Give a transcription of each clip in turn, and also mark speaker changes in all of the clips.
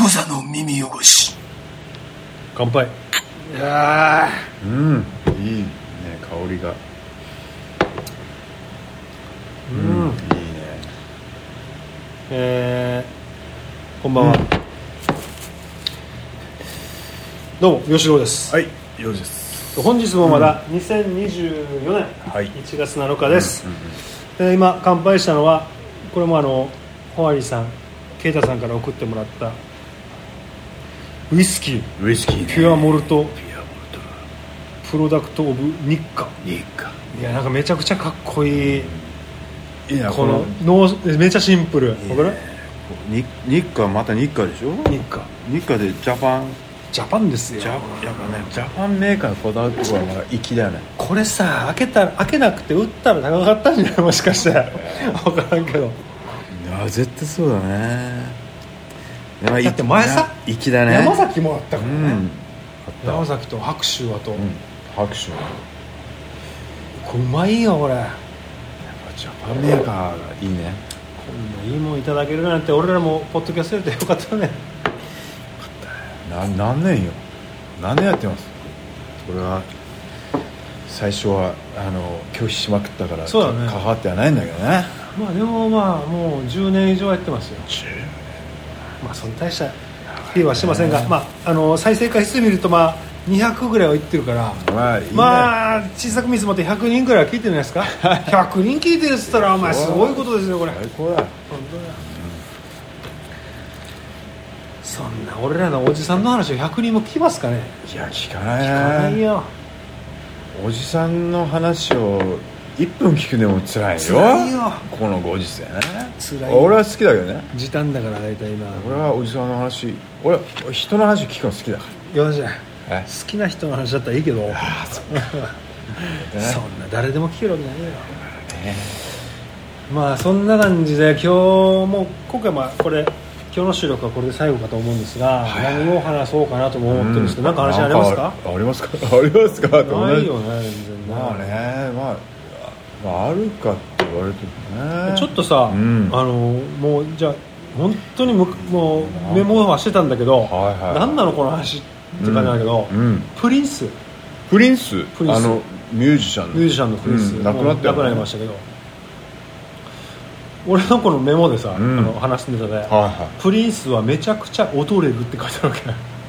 Speaker 1: 無座の耳汚し
Speaker 2: 乾杯
Speaker 1: いや
Speaker 2: うんいいね香りがうん、いいね
Speaker 3: えー、こんばんは、どうも吉郎です、
Speaker 2: はい4時です
Speaker 3: 本日もまだ2024年
Speaker 2: はい
Speaker 3: 1月7日です、えー今乾杯したのはこれもあのホワイリーさん啓太さんから送ってもらったウイスキー
Speaker 2: ウイスキーね
Speaker 3: ピュアモルト
Speaker 2: ピュアモルトラ
Speaker 3: プロダクト・オブ・日課
Speaker 2: いいか
Speaker 3: いやなんかめちゃくちゃかっこいい
Speaker 2: いいな
Speaker 3: こ
Speaker 2: こ
Speaker 3: の
Speaker 2: の
Speaker 3: ノーめっちゃシンプルわかる
Speaker 2: 日日課また日課でしょ
Speaker 3: 日課
Speaker 2: 日課でジャパン
Speaker 3: ジャパンですよ
Speaker 2: ジャやっぱねジャパンメーカーにこだわってるのが粋だよね
Speaker 3: これさ開けたら開けなくて打ったら高かったんじゃないも しかしたら分からんけど
Speaker 2: いや絶対そうだねだ
Speaker 3: だって前さ
Speaker 2: 粋だね
Speaker 3: 山崎もあったか
Speaker 2: う
Speaker 3: ら
Speaker 2: ん
Speaker 3: ね山崎と白州あと
Speaker 2: うん拍手
Speaker 3: これうまいよこれこ
Speaker 2: ジャパンメーカーがいいね
Speaker 3: んないいもんいただけるなんて俺らもポッドキャストやってよかったね
Speaker 2: な何年よ何年やってますこれは最初はあの拒否しまくったから
Speaker 3: そうだね
Speaker 2: 関わってはないんだけどね
Speaker 3: まあでもまあもう10年以上やってますよまあそんな大したフィーはしてませんが、まあ、あの再生回数見るとまあ200ぐらいはいってるから
Speaker 2: まあいいね
Speaker 3: まあ小さく見積もって100人ぐらいは聞いてるんじゃないですか 100人聞いてるっつったらお前すごいことですよこれ
Speaker 2: 最高だ
Speaker 3: 本当だそんな俺らのおじさんの話を100人も聞きますかね
Speaker 2: いや聞か
Speaker 3: 聞か
Speaker 2: ない
Speaker 3: ないよ
Speaker 2: おじさんの話を1分聞くのもつらいよ
Speaker 3: 辛いよ
Speaker 2: このご時世ね
Speaker 3: 辛いよ
Speaker 2: 俺は好きだけどね
Speaker 3: 時短だから大体今
Speaker 2: 俺はおじさんの話俺は人の話聞くの好きだか
Speaker 3: よし好
Speaker 2: ら
Speaker 3: きな人の話だったらいいけどそんな誰でも聞けるわけないよまあそんな感じで今日も今回まあこれ今日の収録はこれで最後かと思うんですが、
Speaker 2: はい
Speaker 3: 何を話そうかなとも思ってるんですけど、なんか話ありますか
Speaker 2: なんありますかありますかって同
Speaker 3: な
Speaker 2: じ
Speaker 3: いよね全然
Speaker 2: まあね、まあ、まあ、あるかって言われてもね
Speaker 3: ちょっとさ、
Speaker 2: うん
Speaker 3: あのもうじゃあ本当にむもうメモはしてたんだけど、
Speaker 2: はいはい
Speaker 3: 何なのこの話って感じなんだけど、
Speaker 2: うん
Speaker 3: プリンス
Speaker 2: プリンス
Speaker 3: プリンス
Speaker 2: あのミュージシャンの
Speaker 3: ミュージシャンのプリンス、
Speaker 2: うん亡くなったよね
Speaker 3: もう亡くなりましたけど俺のこのメモでさ、
Speaker 2: うん
Speaker 3: あの話すネタで、
Speaker 2: はいは
Speaker 3: プリンスはめちゃくちゃ踊れるって書いてあるわ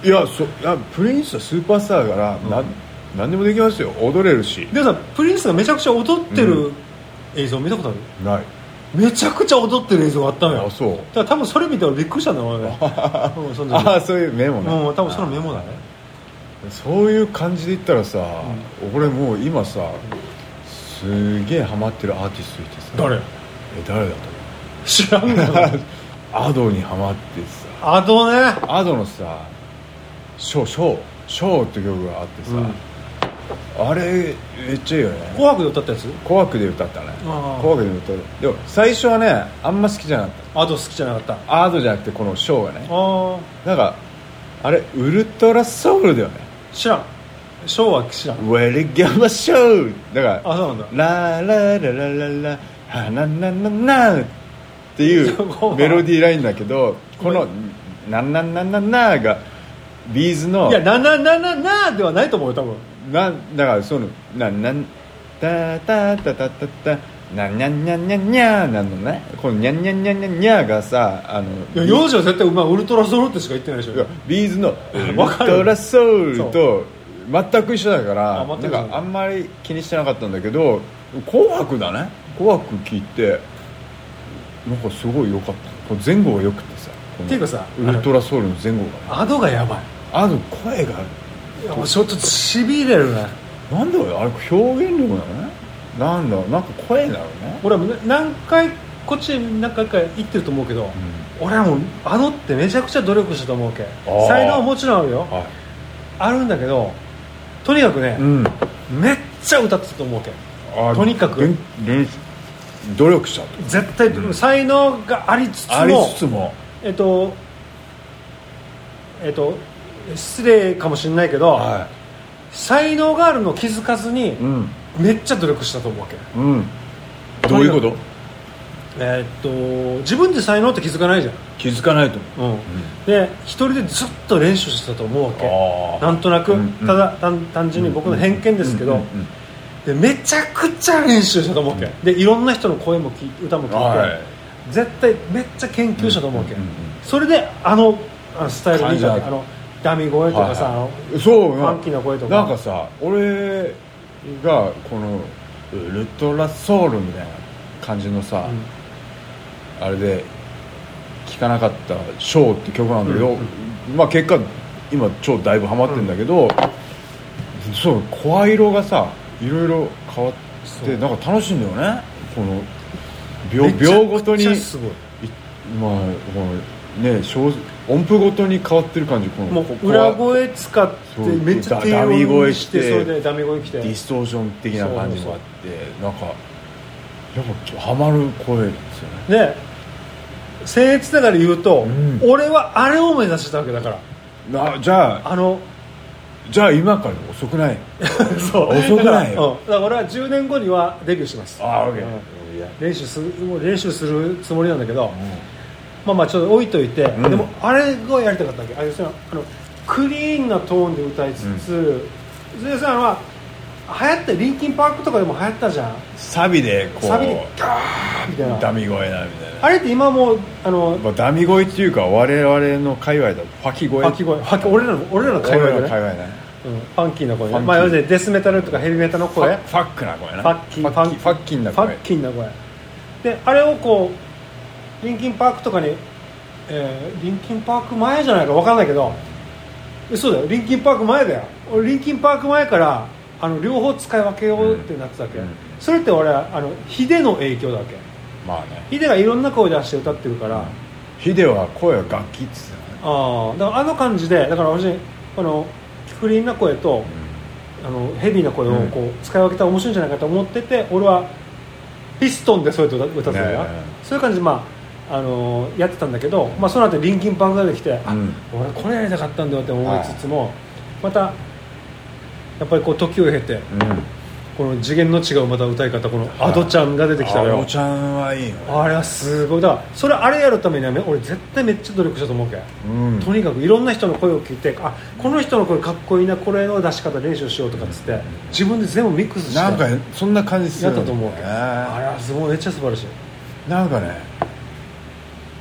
Speaker 2: いいやそいやプリンスはスーパースターだから、なん、何でもできますよ踊れるし
Speaker 3: けでもさプリンスがめちゃくちゃ踊って
Speaker 2: う
Speaker 3: る映像見たことある、
Speaker 2: ない
Speaker 3: めちゃくちゃ踊ってる映像があったのよ
Speaker 2: あそう
Speaker 3: だから多分それ見て俺びっくりしたんだよ 俺うんその時
Speaker 2: ああそういうメモね
Speaker 3: もう多分そのメモだね
Speaker 2: そういう感じで言ったらさ、俺もう今さすげえハマってるアーティストいてさ
Speaker 3: 誰
Speaker 2: え誰だと
Speaker 3: 知らん
Speaker 2: 思
Speaker 3: の
Speaker 2: う アドにハマってさ
Speaker 3: あとね
Speaker 2: アドのさ「ショーショーショー」って曲があってさ、あれめっちゃいいよ
Speaker 3: 「
Speaker 2: ね
Speaker 3: 紅白」で歌ったやつ
Speaker 2: 「紅白」で歌ったね「
Speaker 3: ああ
Speaker 2: 紅白」で歌ったでも最初はねあんま好きじゃなかっ
Speaker 3: あと好きじゃなかったあ
Speaker 2: たアードじゃなくてこの「ショー」がね
Speaker 3: あ
Speaker 2: なんかあれウルトラソウルだよね
Speaker 3: 知らん昭和知らん
Speaker 2: 「ウェリガマショー」だか
Speaker 3: あそうなんだ
Speaker 2: ら「ララララララハナナナナ」っていう
Speaker 3: そこは
Speaker 2: メロディーラインだけどこの「ナナナナナ」がビーズの
Speaker 3: いや「ななななな」ではないと思うよ多分
Speaker 2: なんだからそのななんたたたたたたなにゃんにゃんにゃんにゃーなのねこのにゃんにゃんにゃんにゃんにゃーがさあの
Speaker 3: いや幼児は絶対まあウルトラソロってしか言ってないでし
Speaker 2: いや
Speaker 3: ょ
Speaker 2: ビーズの「ウ
Speaker 3: わか
Speaker 2: ル
Speaker 3: る
Speaker 2: トラソウル」と全く一緒だから
Speaker 3: あ全く
Speaker 2: な
Speaker 3: 一緒
Speaker 2: んかあんまり気にしてなかったんだけど「紅白」だね「紅白」聞いてなんかすごい良かったこの前後が良くてさこの
Speaker 3: っていうかさ
Speaker 2: ウルトラソウルの前後がね
Speaker 3: アドがやばい
Speaker 2: あの声が
Speaker 3: いやもうちょっとしびれるね
Speaker 2: なんだろうねあれ表現力なのねなんだろうなんか声だろうね
Speaker 3: 俺はもう何回こっちに何回か行ってると思うけど俺はもうアドってめちゃくちゃ努力したと思うけ
Speaker 2: ー
Speaker 3: 才能はもちろんあるよ
Speaker 2: は
Speaker 3: あるんだけどとにかくね
Speaker 2: いうん
Speaker 3: めっちゃ歌ってたと思うけ
Speaker 2: あ
Speaker 3: とにかく
Speaker 2: 練練努力したと
Speaker 3: 絶対、才能がありつつ
Speaker 2: あり
Speaker 3: も
Speaker 2: つつも
Speaker 3: えっとえっと失礼かもしれないけど、
Speaker 2: は
Speaker 3: 才能があるのを気づかずに
Speaker 2: いうん
Speaker 3: めっちゃ努力したと思うわけ、
Speaker 2: うんどういうこと
Speaker 3: えっと自分で才能って気づかないじゃん
Speaker 2: 気づかないと
Speaker 3: うんで一人でずっと練習してたと思うわけ
Speaker 2: 思う
Speaker 3: なんとなく、
Speaker 2: うんうん
Speaker 3: ただ単単純に僕の偏見ですけど、
Speaker 2: うんうんうん
Speaker 3: でめちゃくちゃ練習したと思うわけ、
Speaker 2: うん
Speaker 3: でいろんな人の声も聞い歌も聞いて、
Speaker 2: はい
Speaker 3: 絶対めっちゃ研究したと思うわけ、
Speaker 2: うんうんうん
Speaker 3: それであのあのスタイルにいいわけ
Speaker 2: 感じ
Speaker 3: あのダミ声とかさ、
Speaker 2: はいはい
Speaker 3: あ
Speaker 2: そう
Speaker 3: のファンキーな声とか
Speaker 2: なんかさ俺がこのウルトラソウルみたいな感じのさ、
Speaker 3: うん
Speaker 2: あれで聴かなかった「ショー」って曲なんだけど、まあ結果今超だいぶハマってんだけど、そう声色がさいろいろ変わっ
Speaker 3: そ
Speaker 2: て
Speaker 3: う
Speaker 2: なんか楽しいんだよねこの秒
Speaker 3: めちゃくちゃ
Speaker 2: 秒ごとに
Speaker 3: すごい
Speaker 2: いまあこのね小音符ごとに変わってる感じこの
Speaker 3: も
Speaker 2: こ
Speaker 3: う
Speaker 2: こは
Speaker 3: 裏声使って
Speaker 2: そう
Speaker 3: めっちゃ低
Speaker 2: ダミ
Speaker 3: 音
Speaker 2: 声
Speaker 3: に
Speaker 2: し
Speaker 3: して
Speaker 2: て
Speaker 3: それでダミ声来て
Speaker 2: ディストーション的な感じもあってなんかやっぱハマる声なんですよね
Speaker 3: で僭越ながら言うと、
Speaker 2: うん
Speaker 3: 俺はあれを目指してたわけだから
Speaker 2: なじゃあ
Speaker 3: あの
Speaker 2: じゃあ今から遅くない
Speaker 3: そう
Speaker 2: 遅くない
Speaker 3: だから,、うん
Speaker 2: よ、
Speaker 3: だから俺は10年後にはデビューします
Speaker 2: ああオッケ
Speaker 3: う
Speaker 2: ーいや
Speaker 3: 練習するもう練習するつもりなんだけど、まあまあちょっと置いといて、
Speaker 2: うん
Speaker 3: でもあれがやりたかったわけあ要するにあのクリーンなトーンで歌いつつ、それでさ、まあ、流行ったリンキンパークとかでも流行ったじゃん
Speaker 2: サビでこ
Speaker 3: サビで
Speaker 2: う
Speaker 3: ガーみたいな
Speaker 2: ダミ声なみたいな
Speaker 3: あれって今もうあの
Speaker 2: まあダミ声っていうか我々の界隈だとファキ声
Speaker 3: パンキー声パンキー俺らの俺らの会
Speaker 2: 俺
Speaker 3: 話
Speaker 2: ら
Speaker 3: で
Speaker 2: の界
Speaker 3: ね、
Speaker 2: 隈だね
Speaker 3: うん、パンキーな声
Speaker 2: パン
Speaker 3: ね
Speaker 2: キー
Speaker 3: まあ要するにデスメタルとかヘビメタルの
Speaker 2: フ
Speaker 3: 声
Speaker 2: ァファックな声な
Speaker 3: パッキー
Speaker 2: ファッキーファッキーな声
Speaker 3: ファッキーな声であれをこうリンキンパークとかに、えーリンキンパーク前じゃないか分かんないけどそうだよリンキンパーク前だよ俺リンキンパーク前からあの両方使い分けようってなってたわけ、
Speaker 2: うんうん
Speaker 3: それって俺はあのヒデの影響だわけ
Speaker 2: まあね
Speaker 3: ヒデがいろんな声出して歌ってるから、
Speaker 2: ヒデは声は楽器っつってたね
Speaker 3: ああだからあの感じでだから私このクリーンな声とあのヘビーな声をこう使い分けたら面白いんじゃないかと思ってて、俺はピストンでそれと歌歌ってたから、
Speaker 2: ね
Speaker 3: そういう感じで、まああのやってたんだけど、まあ、その後リンキンパンクが出てきて、あ
Speaker 2: うん
Speaker 3: 俺これやりたかったんだよって思いつつも、またやっぱりこう時を経て
Speaker 2: うん
Speaker 3: この次元の違うまた歌い方このアドちゃんが出てきたの
Speaker 2: あ
Speaker 3: よ
Speaker 2: おちゃんはいいよね
Speaker 3: あれはすごいだからそれあれやるためにはね俺絶対めっちゃ努力したと思うけん
Speaker 2: うん
Speaker 3: とにかくいろんな人の声を聞いてあこの人の声かっこいいなこれの出し方練習しようとかっつって自分で全部ミックスして
Speaker 2: なんかそんな感じす
Speaker 3: や
Speaker 2: る
Speaker 3: ったと思うわけ
Speaker 2: ね
Speaker 3: あれはすごいめっちゃ素晴らしい
Speaker 2: なんかね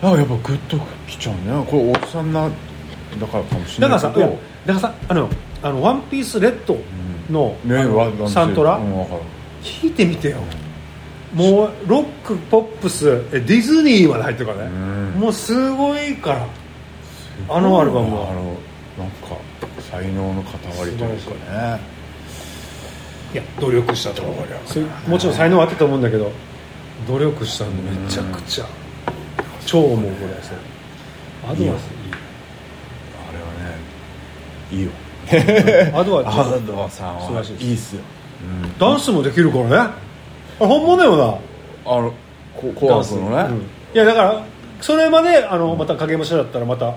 Speaker 2: なんかやっぱグッときちゃうねこれおっさんなだからかもしれ
Speaker 3: だか
Speaker 2: な
Speaker 3: ら
Speaker 2: いけど
Speaker 3: さいやだからさあの「あのワンピースレッドの,、
Speaker 2: ね
Speaker 3: あの
Speaker 2: わなんて
Speaker 3: サントラ、
Speaker 2: うんわかる
Speaker 3: 聞いてみてよもうロックポップスえディズニーまで入ってるからね、
Speaker 2: うん
Speaker 3: もうすごいからあのアルバム
Speaker 2: あ
Speaker 3: は
Speaker 2: のなんか才能の塊というかね
Speaker 3: いや努力したと思うよそれもちろん才能はあったと思うんだけど努力したんでめちゃくちゃ超思うこれそれアドは
Speaker 2: あれはねいいよ
Speaker 3: いいアドはちょっと
Speaker 2: ドさん
Speaker 3: 素晴らしいです
Speaker 2: いいっすよ
Speaker 3: ダンスもできるからねあれ本物だよ
Speaker 2: あのこ
Speaker 3: な
Speaker 2: 紅白の
Speaker 3: ダンス
Speaker 2: ね
Speaker 3: うんいやだからそれまであのまた影武者だったらまた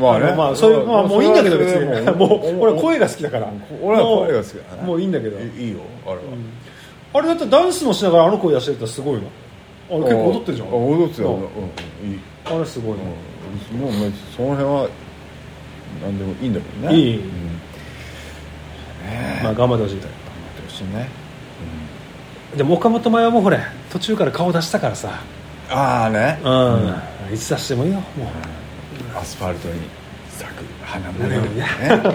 Speaker 2: まあ
Speaker 3: あ
Speaker 2: ね
Speaker 3: のまあそういうまあもういいんだけど別に もう俺は声
Speaker 2: が
Speaker 3: が好きだから
Speaker 2: 俺は声が好きだね
Speaker 3: もういいんだけど
Speaker 2: いいよあれは
Speaker 3: あれだってダンスもしながらあの声出してるってすごいのあれ結構踊ってるじゃん
Speaker 2: あ踊ってたよ
Speaker 3: う
Speaker 2: うんいい
Speaker 3: んあれすごいの
Speaker 2: うんもうねその辺は何でもいいんだけどね
Speaker 3: いいい
Speaker 2: う
Speaker 3: い
Speaker 2: ん頑
Speaker 3: まあ頑張ってほしい
Speaker 2: 張ってほしいね
Speaker 3: でも岡本麻也もほれ途中から顔出したからさ
Speaker 2: ああね
Speaker 3: うん、いつ出してもいいよも
Speaker 2: アスファルトに咲く花
Speaker 3: う
Speaker 2: もね
Speaker 3: ね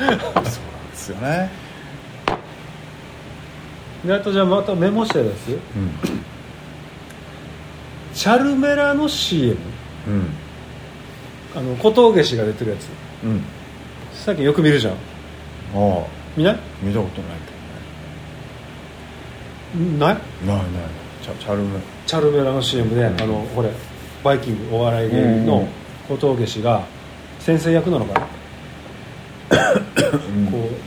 Speaker 2: そうなんですよね
Speaker 3: であとじゃあまたメモしたやつチャルメラの CM
Speaker 2: うん
Speaker 3: あの小峠氏が出てるやつ
Speaker 2: うん
Speaker 3: さっきよく見るじゃん
Speaker 2: ああ
Speaker 3: 見ない
Speaker 2: 見たことない
Speaker 3: ない
Speaker 2: けどねないないチャチャルム
Speaker 3: チャルメラの CM で、
Speaker 2: うん
Speaker 3: あのこれバイキングお笑い芸人の小峠氏が先生役なのかな、こう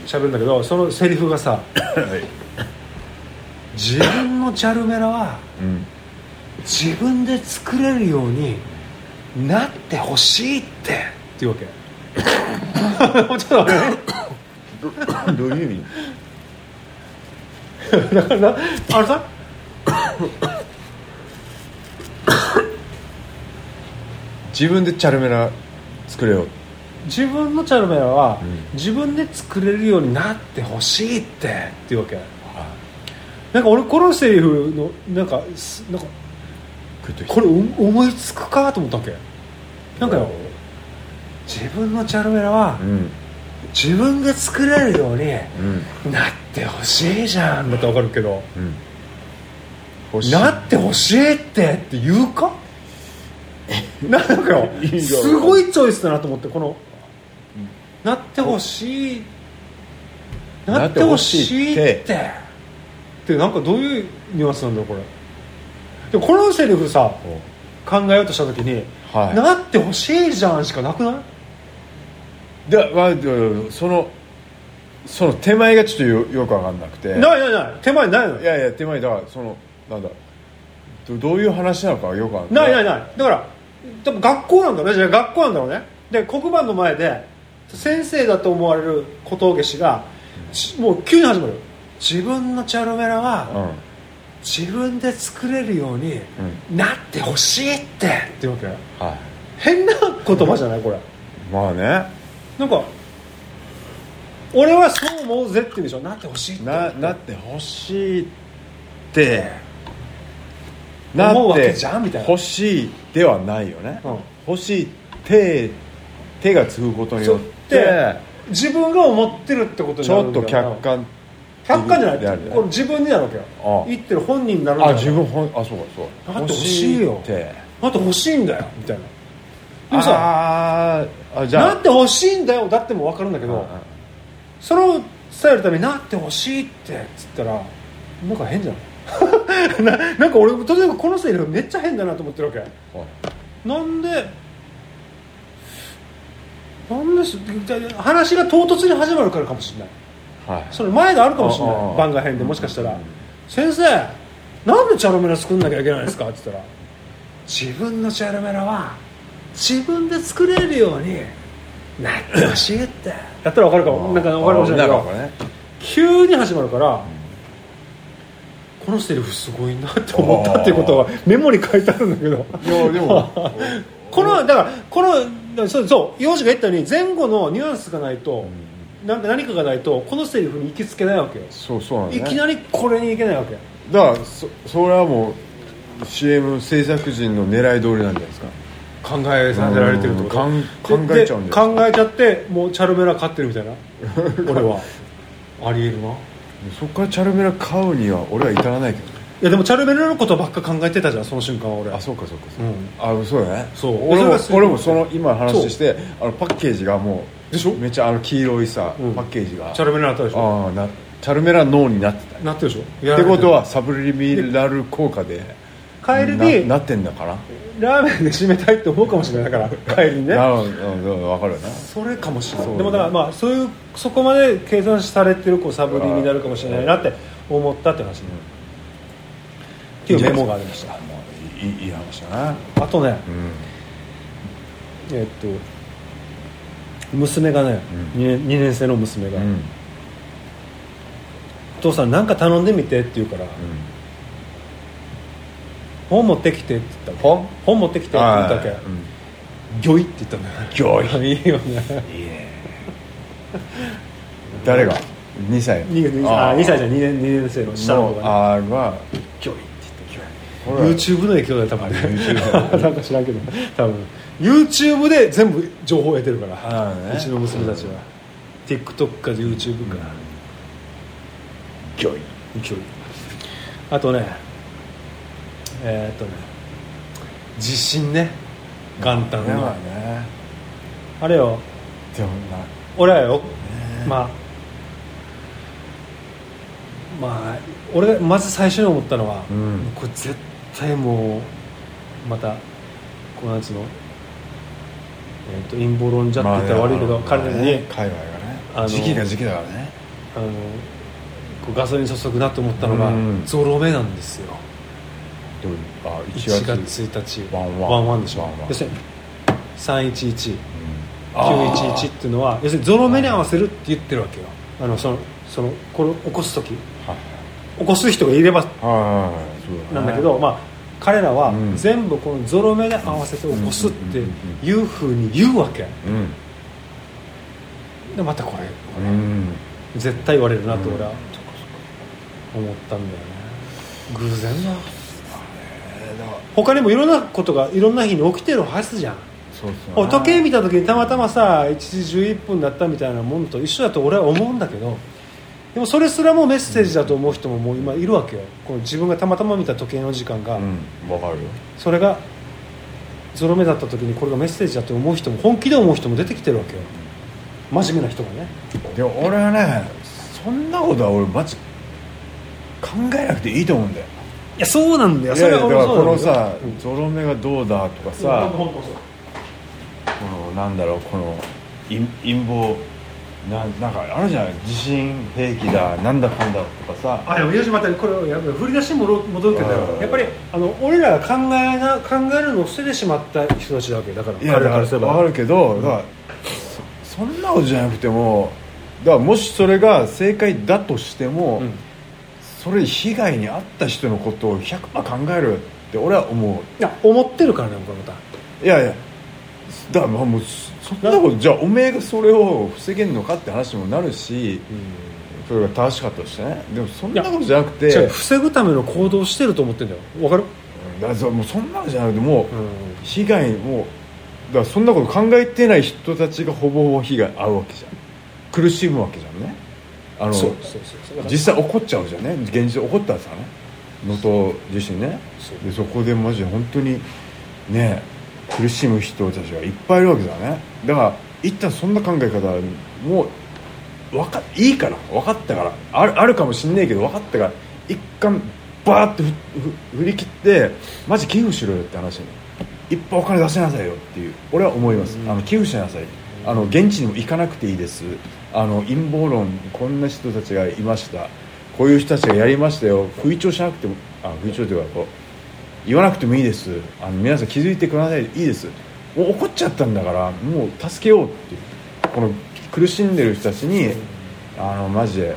Speaker 3: 喋るんだけどそのセリフが さ
Speaker 2: はい
Speaker 3: 自分のチャルメラは
Speaker 2: うん
Speaker 3: 自分で作れるようになってほしいってっていうわけ ちょっと待って
Speaker 2: どどういう意味
Speaker 3: だからなあれさ
Speaker 2: 自分でチャルメラ作れよ
Speaker 3: 自分のチャルメラは、
Speaker 2: うん
Speaker 3: 自分で作れるようになってほしいってっていうわけなんか俺このセリフのなんかすなんか
Speaker 2: グッときた
Speaker 3: これお思いつくかと思ったわけなんかよ自分のチャルメラは
Speaker 2: うん
Speaker 3: 自分が作れるように
Speaker 2: うん
Speaker 3: なってほしいじゃんだってわかるけど
Speaker 2: うん欲しい
Speaker 3: なってほしいってって言うかなんかよ
Speaker 2: いいよ
Speaker 3: すごいチョイスだなと思ってこのなってほしいな
Speaker 2: なっ
Speaker 3: っ
Speaker 2: てて
Speaker 3: ほ
Speaker 2: ほ
Speaker 3: し
Speaker 2: しい
Speaker 3: いっ
Speaker 2: ってて
Speaker 3: ってなんかどういうニュアンスなんだろうこれでもこのセリフさ考えようとした時に、
Speaker 2: はい
Speaker 3: なってほしいじゃんしかなくない
Speaker 2: でわでそのその手前がちょっとよよく分かんなくて
Speaker 3: ないないない手前ないの
Speaker 2: いやいや手前だからそのなんだどどういう話なのかよくわかん
Speaker 3: ないない
Speaker 2: い
Speaker 3: ないだから多分学校なんだろうねじゃあ学校なんだろうねで黒板の前で先生だと思われる小峠氏がちもう急に始まる自分のチャルメラ
Speaker 2: うん
Speaker 3: は自分で作れるようになってほしいってっていうわけ
Speaker 2: はい
Speaker 3: 変な言葉じゃないこれ
Speaker 2: まあね
Speaker 3: なんか俺はそう思うぜって言うでしょなってほしいって
Speaker 2: ななってほしいってな
Speaker 3: 思うわ
Speaker 2: っ
Speaker 3: け
Speaker 2: て
Speaker 3: じゃんみたいな
Speaker 2: 欲しいではないよね、
Speaker 3: うん
Speaker 2: 欲しい手手がつくことによっ
Speaker 3: そう
Speaker 2: て
Speaker 3: 自分が思ってるってことに
Speaker 2: ち
Speaker 3: なる
Speaker 2: ょ
Speaker 3: ん
Speaker 2: っ
Speaker 3: だ
Speaker 2: と
Speaker 3: よな
Speaker 2: 客観
Speaker 3: 客観じゃ
Speaker 2: で
Speaker 3: な
Speaker 2: あ
Speaker 3: い
Speaker 2: る
Speaker 3: これ自分になるわけよ
Speaker 2: ああ
Speaker 3: 言ってる本人になるんだ
Speaker 2: あ
Speaker 3: よ
Speaker 2: 自分ほんあそうかそう
Speaker 3: だって欲しいよ
Speaker 2: って
Speaker 3: だって欲しいんだよみたいなでもさ
Speaker 2: あーあじゃ
Speaker 3: な
Speaker 2: あ
Speaker 3: って欲しいんだよだってもう分かるんだけ
Speaker 2: うんう
Speaker 3: ど
Speaker 2: ん
Speaker 3: それを伝えるためになって欲しいってっつったらなんか変じゃん ななんか俺とにかくこのセリフめっちゃ変だなと思ってるわけ
Speaker 2: はい
Speaker 3: なんでなんです話が唐突に始まるからかもしれない
Speaker 2: はい
Speaker 3: それ前があるかもしれな
Speaker 2: あああ
Speaker 3: い
Speaker 2: あ
Speaker 3: 番外編でもしかしたら
Speaker 2: うん
Speaker 3: 「先生なんでチャルメラ作んなきゃいけないんですか?」って言ったら「自分のチャルメラは自分で作れるようになってほしい」ってやったら分かるかもなんか分かるかもしれないけ
Speaker 2: んか
Speaker 3: ど
Speaker 2: わかるね
Speaker 3: 急に始まるからこのセリフすごいなって思ったっていうことはメモに書いてあるんだけど
Speaker 2: いやでも
Speaker 3: このだからこのだそうそう幼児が言ったように前後のニュアンスがないとなんか何かがないとこのセリフに行きつけないわけよ
Speaker 2: そうそうなんだ、
Speaker 3: い
Speaker 2: ね、
Speaker 3: きなりこれにいけないわけ
Speaker 2: だからそそれはもう CM 制作陣の狙い通りなんじゃないですか
Speaker 3: 考えさせられてるってこと
Speaker 2: うんかん考
Speaker 3: で
Speaker 2: えちゃうん
Speaker 3: で
Speaker 2: だよ
Speaker 3: 考えちゃってもうチャルメラ買ってる みたいな俺はありえるない
Speaker 2: そこからチャルメラ買うには俺は至らないけどね
Speaker 3: やでもチャルメラのことばっか考えてたじゃんその瞬間は俺
Speaker 2: あそうかそうかそううか、
Speaker 3: ん
Speaker 2: あそうだね
Speaker 3: そう
Speaker 2: 俺
Speaker 3: それ
Speaker 2: も
Speaker 3: がすごい
Speaker 2: 俺もその今話してあのパッケージがもう
Speaker 3: でしょ
Speaker 2: めっちゃあの黄色いさ、
Speaker 3: うん
Speaker 2: パッケージが
Speaker 3: チャルメラになったでしょ
Speaker 2: ああなチャルメラ脳になってた
Speaker 3: なってるでしょ
Speaker 2: ってことはサブリミナル効果で
Speaker 3: 帰り
Speaker 2: な
Speaker 3: に
Speaker 2: なってんだから
Speaker 3: ラーメンで締めたいって思うかもしれないだから帰りにね
Speaker 2: なるほど分かるよな
Speaker 3: それかもしれな
Speaker 2: そう
Speaker 3: い
Speaker 2: ね
Speaker 3: でもだからまあそういうそこまで計算されてるこうサブリミナルかもしれないなって思ったって話ねっていうメモがありまし
Speaker 2: もういいいい話だな
Speaker 3: たあとね
Speaker 2: うん
Speaker 3: えっと娘がね、
Speaker 2: う
Speaker 3: 二 2, 年二年生の娘
Speaker 2: う
Speaker 3: が、
Speaker 2: ん
Speaker 3: お父さんなんか頼んでみて」って言うから
Speaker 2: う、ん
Speaker 3: 本持ってきて」って言ったの
Speaker 2: 本
Speaker 3: 本持ってきて」って言ったわけ
Speaker 2: うん
Speaker 3: 「ギョイ」って言ったんだよ
Speaker 2: 行
Speaker 3: ね
Speaker 2: 為
Speaker 3: いいよ ね
Speaker 2: 誰が2歳
Speaker 3: 2, 歳あ2歳じゃん2年二年生の下の
Speaker 2: の
Speaker 3: 子が、ね、
Speaker 2: あーは
Speaker 3: ギョイって言った
Speaker 2: ほら
Speaker 3: YouTube の影響だよ多分ね
Speaker 2: YouTube
Speaker 3: なんか知らんけど多分 YouTube で全部情報を得てるから
Speaker 2: あーね
Speaker 3: うちの娘たちは TikTok か YouTube か、
Speaker 2: 行為
Speaker 3: 勢いあとねえーっとね地震ね元旦
Speaker 2: でも
Speaker 3: は
Speaker 2: ね
Speaker 3: あれよ
Speaker 2: でもな
Speaker 3: 俺はよ、まあまあ俺がまず最初に思ったのは、
Speaker 2: うん
Speaker 3: これ絶対もうまたこのやつの、えーっと陰謀論じゃって言ったら悪いけど、
Speaker 2: まあ
Speaker 3: 彼
Speaker 2: ね
Speaker 3: らに、
Speaker 2: 海外
Speaker 3: あ
Speaker 2: が
Speaker 3: の
Speaker 2: ね時期が時期だからね
Speaker 3: あのこうガソリン注ぐなと思ったのが、
Speaker 2: うん
Speaker 3: ゾロ目なんですよ
Speaker 2: でもあ
Speaker 3: 1
Speaker 2: 1
Speaker 3: 月
Speaker 2: 月
Speaker 3: 1日
Speaker 2: ワンワン
Speaker 3: ワンワンでしょ
Speaker 2: ワンワン
Speaker 3: 要するに311911
Speaker 2: あー
Speaker 3: っていうのは要するにゾロ目に合わせるって言ってるわけよあのそのそのこれを起こす時
Speaker 2: はい
Speaker 3: 起こす人がいれば
Speaker 2: はいはいはいそう
Speaker 3: なんだけど、まあ彼らは
Speaker 2: うん
Speaker 3: 全部このゾロ目で合わせて起こすっていうふうに言うわけ
Speaker 2: うん
Speaker 3: でまたこれ
Speaker 2: うん
Speaker 3: 絶対言われるなって
Speaker 2: うん
Speaker 3: 俺は思ったんだよね偶然だ他にもいろんなことがいろんな日に起きてるはずじゃん
Speaker 2: そうっすよね
Speaker 3: 時計見た時にたまたまさ1時11分だったみたいなもんと一緒だと俺は思うんだけどでもそれすらもメッセージだと思う人ももう今いるわけよこの自分がたまたま見た時計の時間が、
Speaker 2: うんわかるよ
Speaker 3: それがゾロ目だった時にこれがメッセージだと思う人も本気で思う人も出てきてるわけよ真面目な人がね
Speaker 2: でも俺はねそんなことは俺マジ考えなくていいと思うんだよ
Speaker 3: いやそうなんだよ
Speaker 2: いやいやだからこの
Speaker 3: そうなん
Speaker 2: さゾロ目がどうだとか
Speaker 3: だよ
Speaker 2: さこのなんだろうこの陰陰謀ななんかあるじゃない地震兵器だなんだかんだとかさ
Speaker 3: あれ親父またこれやっぱり振り出しに戻戻るけど
Speaker 2: うん
Speaker 3: やっぱりあの俺らが考えな考えるのを捨ててしまった人たちだわけだから
Speaker 2: いや
Speaker 3: 彼
Speaker 2: だか
Speaker 3: らから
Speaker 2: ら
Speaker 3: すれば
Speaker 2: わかるけど、だからそそんなことじゃなくてもだからもしそれが正解だとしても、
Speaker 3: うん
Speaker 2: それ被害に遭った人のことを100%考えるって俺は思
Speaker 3: いや思ってるからね僕はまた
Speaker 2: ういやいやだからまあもうそそんなことじゃあおめえがそれを防げんのかって話にもなるしそれが正しかったとしてねでもそんなことじゃなくて
Speaker 3: 違う防ぐための行動をしてると思ってんだよわかる、
Speaker 2: うんだからそうもうそんなことじゃなくてもう、
Speaker 3: うん
Speaker 2: 被害もだからそんなこと考えてない人たちがほぼほぼ被害合うわけじゃん苦しむわけじゃんねあの
Speaker 3: そうそうそうそう
Speaker 2: 実際怒っちゃうじゃんね現実怒ったんですよね能登自身ね
Speaker 3: そう
Speaker 2: でそこでマジで本当にね苦しむ人たちがいっぱいいるわけだねだから一旦そんな考え方はもうわかいいから分かったからあるあるかもしんねえけど分かったから一貫バーッてふふ振り切ってマジ寄付しろよって話にいっぱいお金出しなさいよっていう俺は思います、
Speaker 3: うん
Speaker 2: あの寄付しなさいあの現地にも行かなくていいですあの陰謀論こんな人たちがいましたこういう人たちがやりましたよ吹聴しなくてもあ吹聴というかこう言わなくてもいいですあの皆さん気づいてくださいいいですもう怒っちゃったんだからもう助けようっていうこの苦しんでる人たちにあのマジで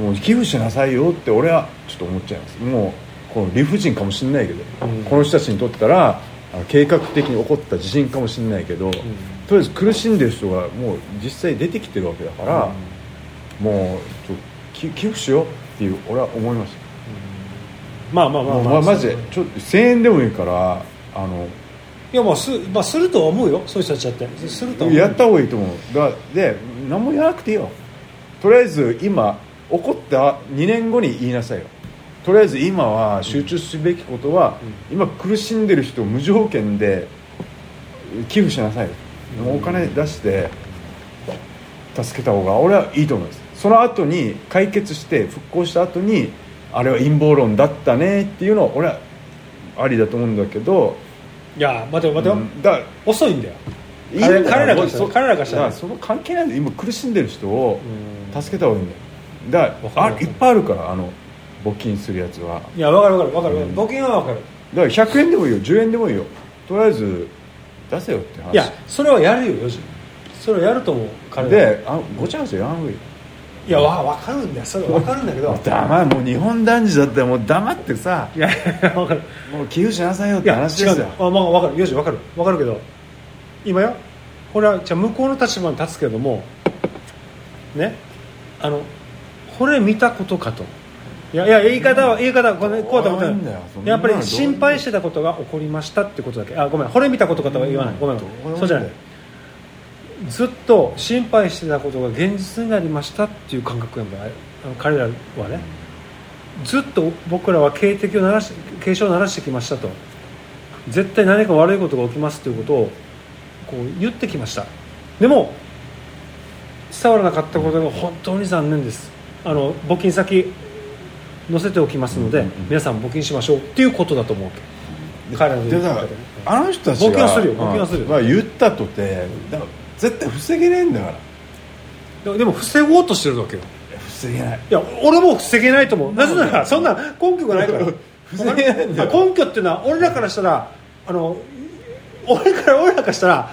Speaker 2: もう寄付しなさいよって俺はちょっと思っちゃいますもうこの理不尽かもしれないけど、
Speaker 3: うん
Speaker 2: この人たちにとったらあの計画的に起こった地震かもしれないけど、とりあえず苦しんでる人がもう実際出てきてるわけだから、もうちょき寄付しようっていう俺は思いました
Speaker 3: まあまあまあ
Speaker 2: もう
Speaker 3: まあ
Speaker 2: まマジでちょっと1000円でもいいからあの
Speaker 3: いやまあす,、まあ、するとは思うよそういう人たちだってするとは思う
Speaker 2: やった方がいいと思うだで何もやらなくていいよとりあえず今起こった2年後に言いなさいよとりあえず今は集中すべきことは、今苦しんでる人を無条件で寄付しなさいよ、もうお金出して助けた方が俺はいいと思いますその後に解決して復興した後にあれは陰謀論だったねっていうのは俺はありだと思うんだけど
Speaker 3: いや待てよ待てよ、
Speaker 2: うんだ
Speaker 3: 遅いんだよ
Speaker 2: いいんだよ
Speaker 3: 彼らがした
Speaker 2: そう
Speaker 3: 彼らがした
Speaker 2: だからその関係ないんだよ今苦しんでる人を
Speaker 3: うん
Speaker 2: 助けた方がいいんだよだか
Speaker 3: わからる
Speaker 2: あいっぱいあるからあの募金するやつはい
Speaker 3: やわかるわかるわかる
Speaker 2: うん
Speaker 3: 募金はわかる
Speaker 2: だから100円でもいいよ10円でもいいよとりあえず出せよって話
Speaker 3: いやそれはやるよよしそれはやると思う彼ら
Speaker 2: であごちゃごちゃ言わんほうがいい
Speaker 3: いやわわかるんだよそれはわかるんだけど
Speaker 2: もう黙もう日本男児だったらもう黙ってさ
Speaker 3: いや わかる
Speaker 2: もう寄付しなさいよっ
Speaker 3: い
Speaker 2: て
Speaker 3: や
Speaker 2: 話
Speaker 3: 違
Speaker 2: で
Speaker 3: うん
Speaker 2: す
Speaker 3: だ
Speaker 2: よ
Speaker 3: よあ、まあ、わかるよしわかるわかるけど今よこれはじゃあ向こうの立場に立つけどもねあのこれ見たことかといやいや言い方は言い方はこれこうだこ
Speaker 2: ど
Speaker 3: う
Speaker 2: うで
Speaker 3: だ
Speaker 2: もいいんだよそんなの
Speaker 3: やっぱり心配してたことが起こりましたってことだけあごめんこれ見たことかとは言わないごめん
Speaker 2: どうでもいいんだよ
Speaker 3: そうじゃないずっと心配してたことが現実になりましたっていう感覚やもんあれあの彼らはね、ずっと僕らは警笛を鳴らし警鐘を鳴らしてきましたと絶対何か悪いことが起きますということをこう言ってきましたでも伝わらなかったことが本当に残念ですあの募金先載せておきますので、
Speaker 2: うんうんうん
Speaker 3: 皆さん募金しましょうっていうことだと思うわけ
Speaker 2: で
Speaker 3: 彼らの
Speaker 2: で
Speaker 3: 言い
Speaker 2: だか
Speaker 3: 方
Speaker 2: ら
Speaker 3: で
Speaker 2: あの人たちが
Speaker 3: 募金はするよ
Speaker 2: うん
Speaker 3: 募金はするよ
Speaker 2: まあ、言ったとてだから絶対防げねえんだから
Speaker 3: ででも防ごうとしてるわけよ
Speaker 2: いや防げない
Speaker 3: いや俺も防げないと思うなぜならそんな根拠がないから
Speaker 2: 防げないんだよ
Speaker 3: 根拠っていうのは俺らからしたらあの俺から俺らからしたら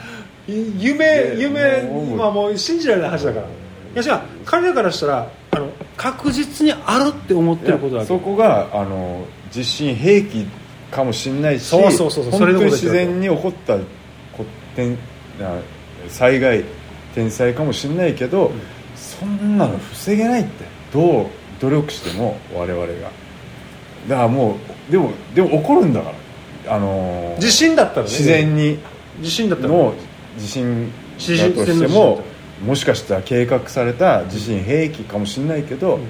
Speaker 3: い夢
Speaker 2: いや
Speaker 3: 夢
Speaker 2: もうもう
Speaker 3: まあもう信じられない話だからいやしかも彼らからしたらあの確実にあるって思ってることだけ
Speaker 2: そこがあの実心兵器かもしれないし
Speaker 3: そうそうそうそう
Speaker 2: 本
Speaker 3: そ
Speaker 2: 当
Speaker 3: れの
Speaker 2: に
Speaker 3: ことです
Speaker 2: 自
Speaker 3: よ
Speaker 2: 然に起こったこ天あ災害天災かもしれないけど、そんなの防げないってどう努力しても我々がだからもうでもでも起こるんだからあのー
Speaker 3: 地震だったらね
Speaker 2: 自然に
Speaker 3: 地震だったらね
Speaker 2: の地震だと
Speaker 3: 地震
Speaker 2: して
Speaker 3: 自然の地震だ
Speaker 2: ももしかしたら計画された地震兵器かもしれないけど、
Speaker 3: うん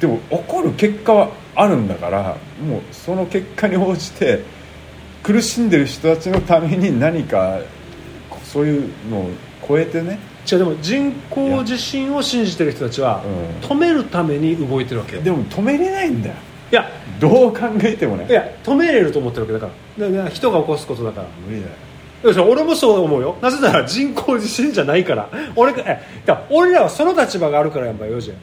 Speaker 2: でも起こる結果はあるんだからもうその結果に応じて苦しんでる人たちのために何かこそういうのを超えてね、
Speaker 3: 違うでも人工地震を信じてる人たちは
Speaker 2: う
Speaker 3: 止めるために動いてるわけよ
Speaker 2: ん、でも止めれないんだよ
Speaker 3: いや
Speaker 2: どう考えても
Speaker 3: い
Speaker 2: ね
Speaker 3: や止めれると思ってるわけだからだから人が起こすことだから
Speaker 2: 無理だよ
Speaker 3: いやそれ俺もそう思うよなぜなら人工地震じゃないから俺がえだから俺らはその立場があるからやっぱよじゃん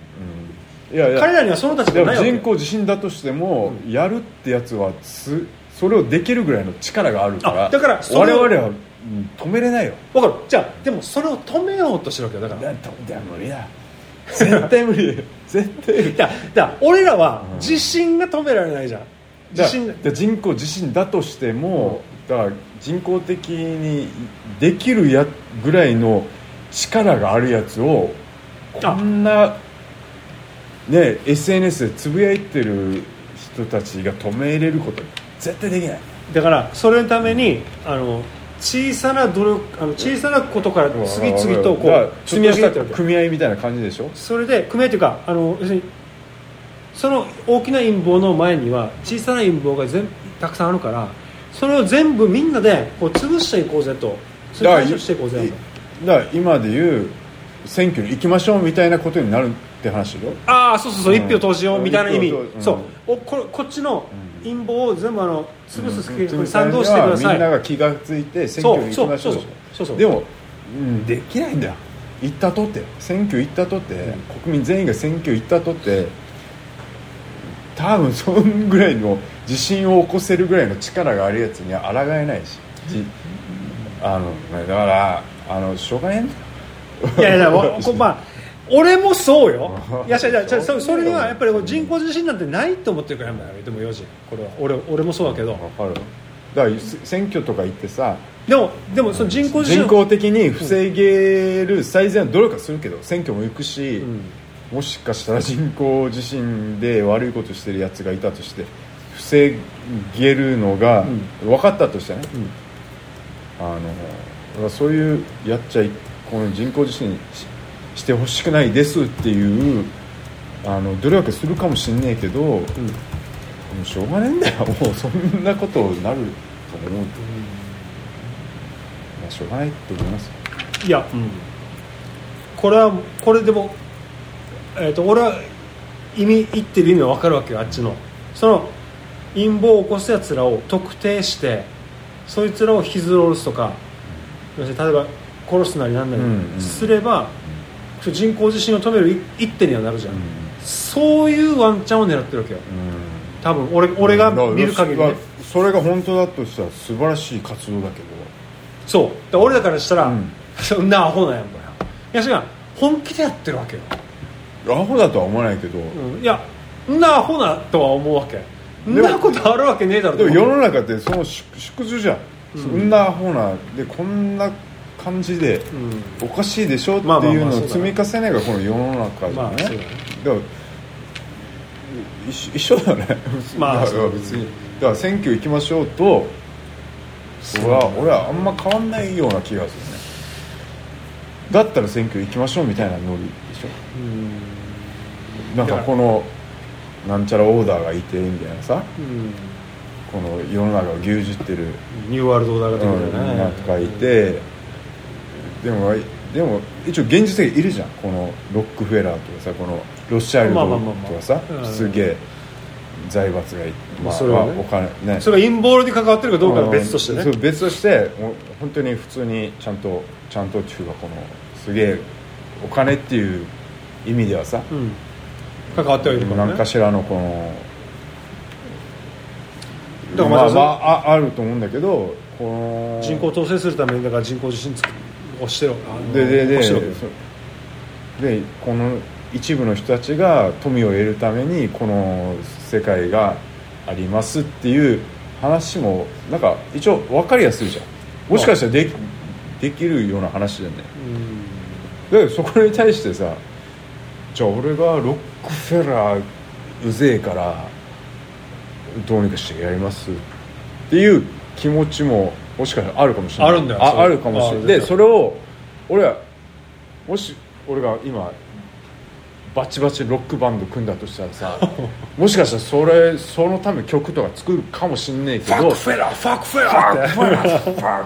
Speaker 2: いやいや
Speaker 3: 彼らにはその立場
Speaker 2: で
Speaker 3: が
Speaker 2: も
Speaker 3: ないわけ
Speaker 2: 人工地震だとしても、やるってやつはすそれをできるぐらいの力があるから
Speaker 3: あだからそ
Speaker 2: 我
Speaker 3: れを
Speaker 2: 々はうん止めれないよ
Speaker 3: わかるじゃあでもそれを止めようとしてるわけよだから
Speaker 2: だとだ無理だ絶対無 理だよ絶対無理
Speaker 3: いやだから俺らは
Speaker 2: うん
Speaker 3: 地震が止められないじゃん地
Speaker 2: だ
Speaker 3: 震
Speaker 2: だ人工地震だとしても、だから人工的にできるやぐらいの力があるやつをこんな、ね、SNS でつぶやいてる人たちが止めれること絶対できない
Speaker 3: だからそれのためにあの小さな努力あの小さなことから次々とこ
Speaker 2: だから
Speaker 3: う積み上げてるわけ
Speaker 2: 組合みたいな感じでしょ
Speaker 3: それで組合というかあの要するにその大きな陰謀の前には小さな陰謀が全たくさんあるからそれを全部みんなでこう潰していこうぜとそれ対処していこうぜと
Speaker 2: だから今で言う選挙に行きましょうみたいなことになるって話でしょ
Speaker 3: ああそうそうそう、
Speaker 2: うん
Speaker 3: 一票投じようみたいな意味、
Speaker 2: 一票投じうん
Speaker 3: そうおここっちの陰謀を全部あの潰す計画
Speaker 2: うん
Speaker 3: に賛同してください、
Speaker 2: みんなが気がついて選
Speaker 3: そ
Speaker 2: 挙
Speaker 3: う
Speaker 2: に行
Speaker 3: そ
Speaker 2: き
Speaker 3: う
Speaker 2: まし
Speaker 3: そ
Speaker 2: ょう
Speaker 3: うそ
Speaker 2: で
Speaker 3: う
Speaker 2: しょ
Speaker 3: そうそう
Speaker 2: でも、うん、できないんだよ行ったとって選挙行ったとって、国民全員が選挙行ったとって多分そんぐらいの地震を起こせるぐらいの力があるやつには抗えないしじあのねだからあのしょうがね
Speaker 3: いやいやわこまあ俺もそう よいやいやいや
Speaker 2: そう
Speaker 3: そそれにはやっぱりこう人工地震なんてないと思ってるからやめても4時これは俺俺もそうだけ
Speaker 2: え
Speaker 3: ど
Speaker 2: んわかるだからせ選挙とか行ってさ
Speaker 3: でもでもその人工地震
Speaker 2: 人工的に防げる最善の努力はするけど選挙も行くし、
Speaker 3: うん
Speaker 2: もしかしたら人工地震で悪いことしてるやつがいたとして防げるのが分かったとしてね、あのそういうやっちゃいこの人工地震ししてほしくないですっていうあの努力するかもしんねえけど、もうしょうがねえんだよ もうそんなことになると思うと、まあ、しょうがないと思いますよ
Speaker 3: いや、これはこれでも、えー、と俺は意味言ってる意味は分かるわけよあっちのその陰謀を起こすやつらを特定してそいつらを引きずり下ろすとか要するに例えば殺すなりなんな
Speaker 2: うんうん
Speaker 3: りすれば、人工地震を止める一一手にはなるじゃん、
Speaker 2: うん
Speaker 3: そういうワンチャンを狙ってるわけよ
Speaker 2: うん
Speaker 3: 多分俺俺が
Speaker 2: うん
Speaker 3: 見る限り
Speaker 2: まあ
Speaker 3: ね
Speaker 2: それが本当だとしたら素晴らしい活動だけど
Speaker 3: そうだから俺らからしたら、
Speaker 2: うん
Speaker 3: そん なアホなんやんかよいやしか本気でやってるわけよ
Speaker 2: アホだとは思わないけど、
Speaker 3: うんいやんなアホなとは思うわけん
Speaker 2: でも
Speaker 3: なことあるわけねえだろ
Speaker 2: でも世の中
Speaker 3: 中
Speaker 2: ってその縮縮図じゃん、そんなアホなでこんな感じで
Speaker 3: うん
Speaker 2: おかしいでしょって
Speaker 3: まあまあ
Speaker 2: いう
Speaker 3: まあ
Speaker 2: の
Speaker 3: そう
Speaker 2: を
Speaker 3: だね
Speaker 2: 積み重ねがこの世の中じゃね
Speaker 3: まあ
Speaker 2: だ
Speaker 3: そ
Speaker 2: か
Speaker 3: うだね
Speaker 2: ら一緒一緒だね
Speaker 3: まあ
Speaker 2: だから別にだから選挙行きましょうと俺は俺はあんま変わんないような気がするねだったら選挙行きましょうみたいなノリでしょなんかこのなんちゃらオーダーがいてみたいなさ
Speaker 3: うん
Speaker 2: この世の中を牛耳ってる、
Speaker 3: ニューワールドオーダー
Speaker 2: う
Speaker 3: が出
Speaker 2: ん
Speaker 3: てくるよね
Speaker 2: なんかいてでもでも一応現実的にいるじゃんこのロックフェラーとかさこのロシャイル
Speaker 3: まあ
Speaker 2: ド
Speaker 3: まあまあまあ
Speaker 2: とかさ
Speaker 3: うん
Speaker 2: すげえ財閥がいて、まあ
Speaker 3: それはね
Speaker 2: まあお金ね
Speaker 3: それが陰謀に関わってるかどうかは別として
Speaker 2: そう
Speaker 3: ね
Speaker 2: 別としてもう本当に普通にちゃんとちゃんとっていうかこのすげえお金っていう意味ではさ、
Speaker 3: うん関わってはいるから
Speaker 2: 何
Speaker 3: ね
Speaker 2: かしらのこの
Speaker 3: だから
Speaker 2: ま
Speaker 3: ま
Speaker 2: あ
Speaker 3: あ
Speaker 2: まあああると思うんだけどこの
Speaker 3: 人口統制するためにだから人口地震つくをしてるあの
Speaker 2: ででで
Speaker 3: 起こしてるわけよ
Speaker 2: そうでこの一部の人たちが富を得るためにこの世界がありますっていう話もなんか一応分かりやすいじゃんもしかしたらできできるような話じゃねだけどそこに対してさじゃあ俺がロックフェラーうぜえからどうにかしてやりますっていう気持ちももしかしたらあるかもしれない
Speaker 3: あるんだよそ
Speaker 2: あ
Speaker 3: れ
Speaker 2: あるかもしれ
Speaker 3: あ
Speaker 2: な
Speaker 3: ー
Speaker 2: い
Speaker 3: 出
Speaker 2: で
Speaker 3: た
Speaker 2: それを俺はもし俺が今バチバチロックバンド組んだとしたらさもしかしたらそれそのために曲とか作るかもしんねえけ
Speaker 1: ファッ
Speaker 2: ど
Speaker 1: クフェラーファックフェラーファックフェラー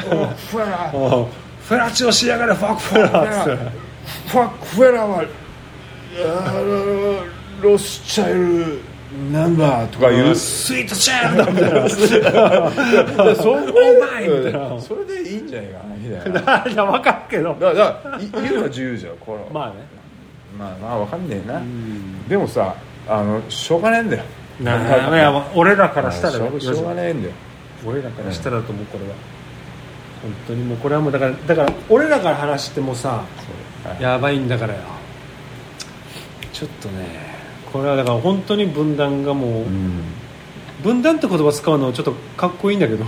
Speaker 1: ファックフェラー
Speaker 3: あ
Speaker 1: フェラチオしやがれファックフェラー
Speaker 2: ファックフェラはあのロスチャイルナンバーとか言う
Speaker 1: スイートチャイルドみたいな
Speaker 2: で そん
Speaker 1: お前みたい
Speaker 2: なそれでいいんじゃないかなみたいなだか
Speaker 3: あいや分かるけど
Speaker 2: らだからい言うのは自由じゃんこのま
Speaker 3: まあね
Speaker 2: あまあわかんねえなでもさあのしょうがねえんだよ
Speaker 3: いやまあ俺らからしたら
Speaker 2: し
Speaker 3: ね
Speaker 2: ょうしょうがねえんだよ
Speaker 3: 俺らからしたらと思うこれは本当にもうこれはもうだからだから俺らから話してもさ
Speaker 2: そうはい
Speaker 3: やばいんだからよちょっとねこれはだから本当に分断がもう、
Speaker 2: うん
Speaker 3: 分断って言葉使うのちょっとかっこいいんだけど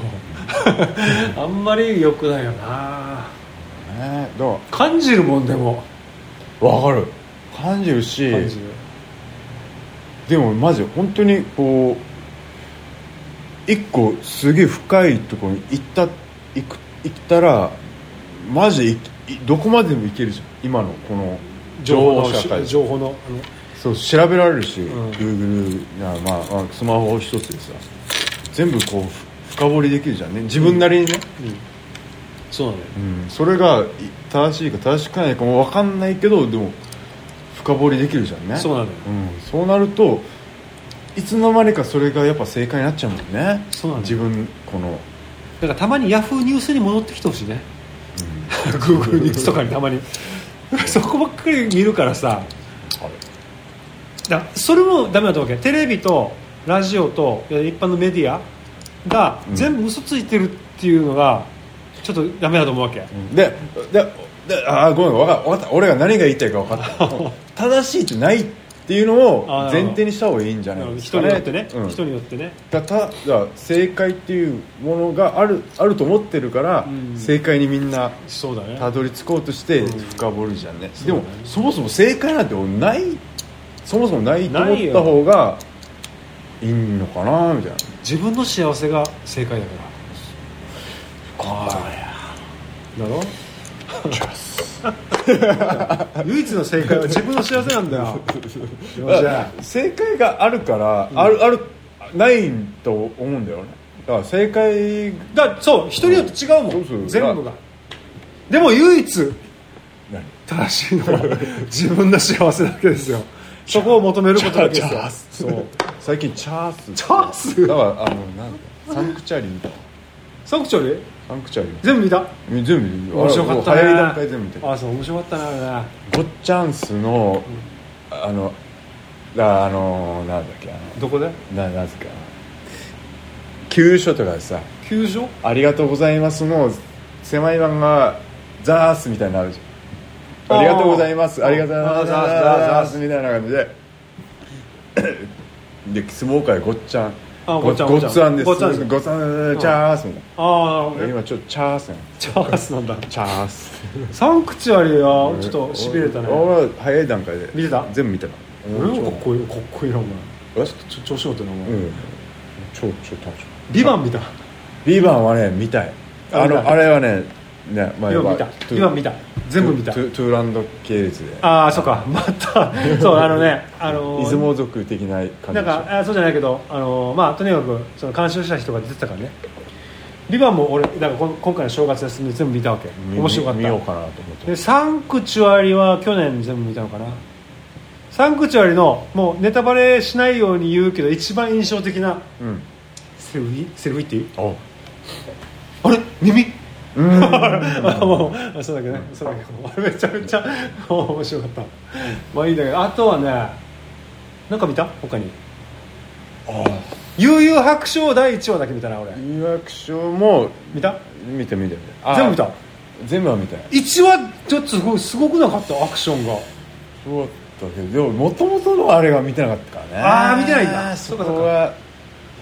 Speaker 3: あんまり良くないよな
Speaker 2: ねえだか
Speaker 3: 感じるもんでも
Speaker 2: らわかる感じるし
Speaker 3: 感じる
Speaker 2: でもマジ本当にこう一個すげえ深いところに行った行く行ったらマジいいどこまでも行けるじゃん今のこの情報社会
Speaker 3: 情報の
Speaker 2: そう調べられるし、
Speaker 3: ん
Speaker 2: Google や、まあ、まあスマホ一つでさ全部こうふ深掘りできるじゃんね自分なりにね、
Speaker 3: あの、うん、そうなのよ
Speaker 2: うんそれがい正しいか正しくないかも分かんないけどでも深掘りできるじゃんね
Speaker 3: そうなのよ
Speaker 2: うん、そうなるといつの間にかそれがやっぱ正解になっちゃうもんね
Speaker 3: そうなんだ
Speaker 2: 自
Speaker 3: よ
Speaker 2: 分この、
Speaker 3: だからたまにヤフーニュースに戻ってきてほしいね Google ニュースとかにたまに そこばっかり見るからさだそれもダメだと思うわけテレビとラジオといや一般のメディアが
Speaker 2: うん
Speaker 3: 全部嘘ついてるっていうのがちょっとダメだと思うわけ、
Speaker 2: でででああごめん分かった分かった俺が何が言いたいか分 かった正しいってないっていうのを
Speaker 3: あー
Speaker 2: 前提にした方がいいんじゃないです
Speaker 3: 人
Speaker 2: か
Speaker 3: に
Speaker 2: ね
Speaker 3: よってね、
Speaker 2: うん
Speaker 3: 人によってね
Speaker 2: だただ正解っていうものがあるあると思ってるから、
Speaker 3: うん
Speaker 2: 正解にみんな
Speaker 3: そうだね
Speaker 2: たどり着こうとして
Speaker 3: うん
Speaker 2: 深掘るじゃんね、
Speaker 3: そう
Speaker 2: で
Speaker 3: だ
Speaker 2: も
Speaker 3: ね
Speaker 2: そもそも正解なんて俺ないそもそもないと思っ
Speaker 3: ないよ
Speaker 2: た方がいいのかなみたいな
Speaker 3: 自分の幸せが正解だからだろ唯一の正解は自分の幸せ なんだよよっしゃ
Speaker 2: 正解があるから、あるあるないと思うんだよねだから正解
Speaker 3: だそう人によって違うもん、
Speaker 2: そうそう
Speaker 3: 全部がでも唯一
Speaker 2: 何
Speaker 3: 正しいのは自分の幸せだけですよそこを求めることだけですよそう
Speaker 2: 最近チャース
Speaker 3: チャース
Speaker 2: だからあのなんだサンクチャリー
Speaker 3: サクチョリ
Speaker 2: サンクチャリ
Speaker 3: 全部見た
Speaker 2: ー全部
Speaker 3: 面白かったね
Speaker 2: あれもう早い段階全部見てる
Speaker 3: あそう面白かったなあれね
Speaker 2: ごっちゃんすのあのだあのなんだっけあ
Speaker 3: どこで
Speaker 2: のななんすか急所とかでさ
Speaker 3: 球場
Speaker 2: 「ありがとうございます」の狭い版が「ザース」みたいになのあるじゃん「あ
Speaker 3: あー
Speaker 2: りがとうございます」「ありがとうございます」
Speaker 3: あーザ
Speaker 2: ザ
Speaker 3: ー
Speaker 2: ー
Speaker 3: ス
Speaker 2: ス」みたいな感じで で相撲界ごっちゃん
Speaker 3: あーごっちゃん
Speaker 2: ごっつあんです
Speaker 3: ごっつあんです
Speaker 2: ごっつあんチャースみたい
Speaker 3: ああ
Speaker 2: な今ちょっとチャースやん
Speaker 3: チャースなんだ
Speaker 2: チャース
Speaker 3: サンクチュアリはちょっとしびれたね
Speaker 2: 俺俺は早い段階で
Speaker 3: 見てた
Speaker 2: 全部見たか
Speaker 3: 俺もかっこいいかっこいいなお
Speaker 2: え
Speaker 3: 前ちょ調子乗ってなお前、
Speaker 2: うん超超楽しい
Speaker 3: ビバン見た
Speaker 2: ビバンはね見たいあ
Speaker 3: 見
Speaker 2: の
Speaker 3: たい
Speaker 2: あれはねね前
Speaker 3: ビバン見たビバン見た全部見た
Speaker 2: トゥトゥーランド系列で
Speaker 3: ああそうかまたそうあ のねあのー
Speaker 2: 出雲族的な感じ
Speaker 3: なんかあそうじゃないけど、あのーまあ、とにかくその監修した人が出てたからね「ビバンも俺だからこん今回の正月休んで全部見たわけ
Speaker 2: 見
Speaker 3: 面白かった
Speaker 2: 見見ようかなと思って
Speaker 3: でサンクチュアリは去年全部見たのかなサンクチュアリのもうネタバレしないように言うけど一番印象的な
Speaker 2: うん
Speaker 3: セルフィセルフィっていう
Speaker 2: お
Speaker 3: あれ耳
Speaker 2: うん
Speaker 3: あもうあそうだけどねそうだけ どあれめちゃめちゃもう面白かったまあいいんだけどあとはねなんか見た他に悠々白書第1話だけ見たな俺
Speaker 2: 有楽章も
Speaker 3: 見た
Speaker 2: 見て見て見て
Speaker 3: 全部見た
Speaker 2: 全部は見たい
Speaker 3: 1話ちょっとすごいすごくなかったアクションが
Speaker 2: そうだったけどでももともとのあれが見てなかったからね
Speaker 3: あー見てないんだ
Speaker 2: そこが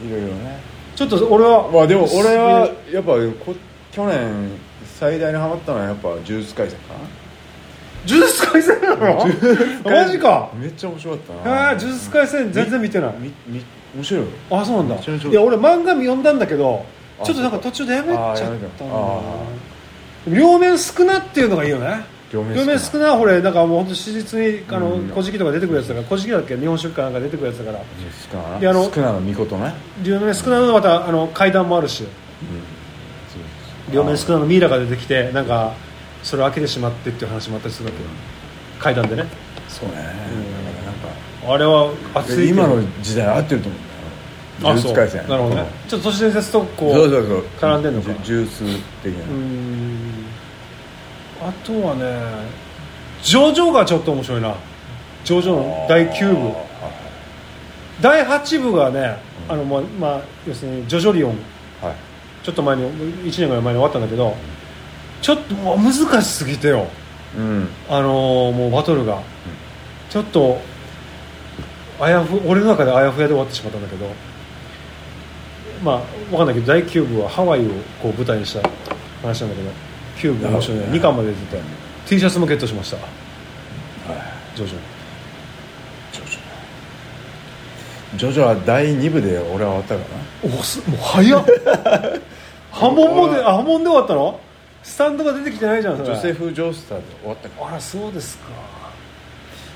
Speaker 2: いろいろね
Speaker 3: ちょっと俺は
Speaker 2: まあでも俺はやっぱこ去年最大にハマったのはやっぱジュース回線か
Speaker 3: ジュース回線なの
Speaker 2: な
Speaker 3: マジか
Speaker 2: めっちゃ面白かったな
Speaker 3: あジュース回線全然見てない
Speaker 2: みみ面白いよ
Speaker 3: あそうなんだ
Speaker 2: めっちゃ面白い
Speaker 3: いや俺漫画読んだんだけど
Speaker 2: あ
Speaker 3: ちょっとなんか途中でやめちゃった
Speaker 2: あや
Speaker 3: ん
Speaker 2: め
Speaker 3: だ
Speaker 2: た
Speaker 3: よ
Speaker 2: あ
Speaker 3: な両面少なっていうのがいいよね
Speaker 2: 両面少な
Speaker 3: 両面少なほれなんかもう本当史実に「あの
Speaker 2: うん
Speaker 3: 古事記」とか出てくるやつだから古事記だっけ日本書紀かなんか出てくるやつだから
Speaker 2: ジュースか
Speaker 3: いやあ
Speaker 2: な
Speaker 3: の
Speaker 2: 少なの見事ね
Speaker 3: 両面少なのまたあの階段もあるし両面少なのミイラが出てきてなんかそれを開けてしまってっていう話もあったりするんだけど階段でね
Speaker 2: そうねなんか
Speaker 3: あれは熱いけど
Speaker 2: 今の時代合ってると思うんだよ
Speaker 3: あ
Speaker 2: ジュ
Speaker 3: そ
Speaker 2: ー
Speaker 3: う
Speaker 2: ス回線
Speaker 3: なるほどねちょっと都市伝説とこう
Speaker 2: そうそうそう
Speaker 3: 絡んでんのか
Speaker 2: ジュジュース的
Speaker 3: うー
Speaker 2: なん
Speaker 3: あとはねジョジョがちょっと面白いなジョジョの第9部
Speaker 2: あ
Speaker 3: 第8部がねあの、まあまあ、要するにジョジョリオン
Speaker 2: ーはい
Speaker 3: ちょっと前に1年ぐらい前に終わったんだけどちょっともう難しすぎてよ
Speaker 2: うん
Speaker 3: あのーもうバトルが、ちょっとあやふ俺の中であやふやで終わってしまったんだけどまあわかんないけど第9部はハワイをこう舞台にした話なんだけど9部面白いね
Speaker 2: なるほどね
Speaker 3: 2巻まで出てて T シャツもゲットしました徐々に
Speaker 2: ジョジョジョジョは第2部で俺は終わったか
Speaker 3: おすもう 早っ波紋もであ波紋で終わったのスタンドが出てきてないじゃんそ
Speaker 2: な
Speaker 3: れ
Speaker 2: ジョセフ・ジョースターで終わったか
Speaker 3: あらそうですか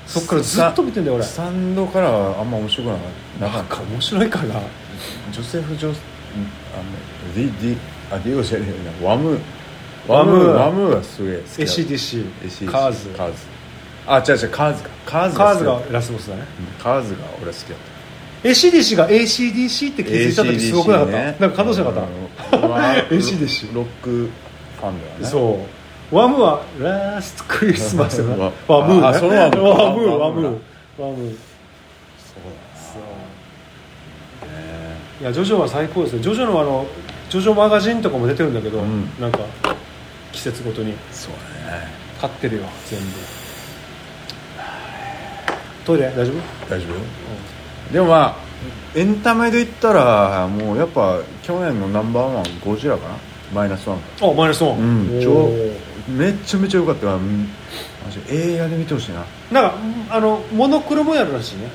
Speaker 3: そっからずっと見てんだよ俺
Speaker 2: スタンドからはあんま面白くなかった
Speaker 3: なんか面白いかな
Speaker 2: ジョセフ・ジョスあのディディあディオじゃねえなワム
Speaker 3: ワ
Speaker 2: ワ
Speaker 3: ム
Speaker 2: ムワムがすげえ好きだ
Speaker 3: ACDC
Speaker 2: カ
Speaker 3: カ
Speaker 2: ー
Speaker 3: ー
Speaker 2: ズ
Speaker 3: ズ
Speaker 2: カーズあ違う違うカーズかカーズ
Speaker 3: カーズ
Speaker 2: が
Speaker 3: が
Speaker 2: 好きだ
Speaker 3: ラスボスだね
Speaker 2: ったカーズが俺好きだった
Speaker 3: ACDC が ACDC って気づいた時すごくなかった、なんか感動しなかった、
Speaker 2: うんワム
Speaker 3: ACDC
Speaker 2: ロックファンだよね
Speaker 3: そうワムはラストクリスマスだな
Speaker 2: ワ
Speaker 3: ワムーね
Speaker 2: あそのワム
Speaker 3: ワムー
Speaker 2: ワ
Speaker 3: ワ
Speaker 2: ム
Speaker 3: ム
Speaker 2: ー
Speaker 3: ーワムー
Speaker 2: そう
Speaker 3: そう
Speaker 2: だね
Speaker 3: いやジョジョは最高ですねジョジョのあのジョジョマガジンとかも出てるんだけど、
Speaker 2: うん
Speaker 3: なんか季節ごとに
Speaker 2: そうだね
Speaker 3: 買ってるよ全部トイレ大丈夫
Speaker 2: 大丈夫よでもまあエンタメで言ったらもうやっぱ去年のナンバーワンゴジラかなマイナスワン
Speaker 3: あマイナスワン
Speaker 2: うん
Speaker 3: おー
Speaker 2: 超めっちゃめちゃ良かったからうんマジ映画で見てほしいな
Speaker 3: なんかあのモノクロもやるらしいね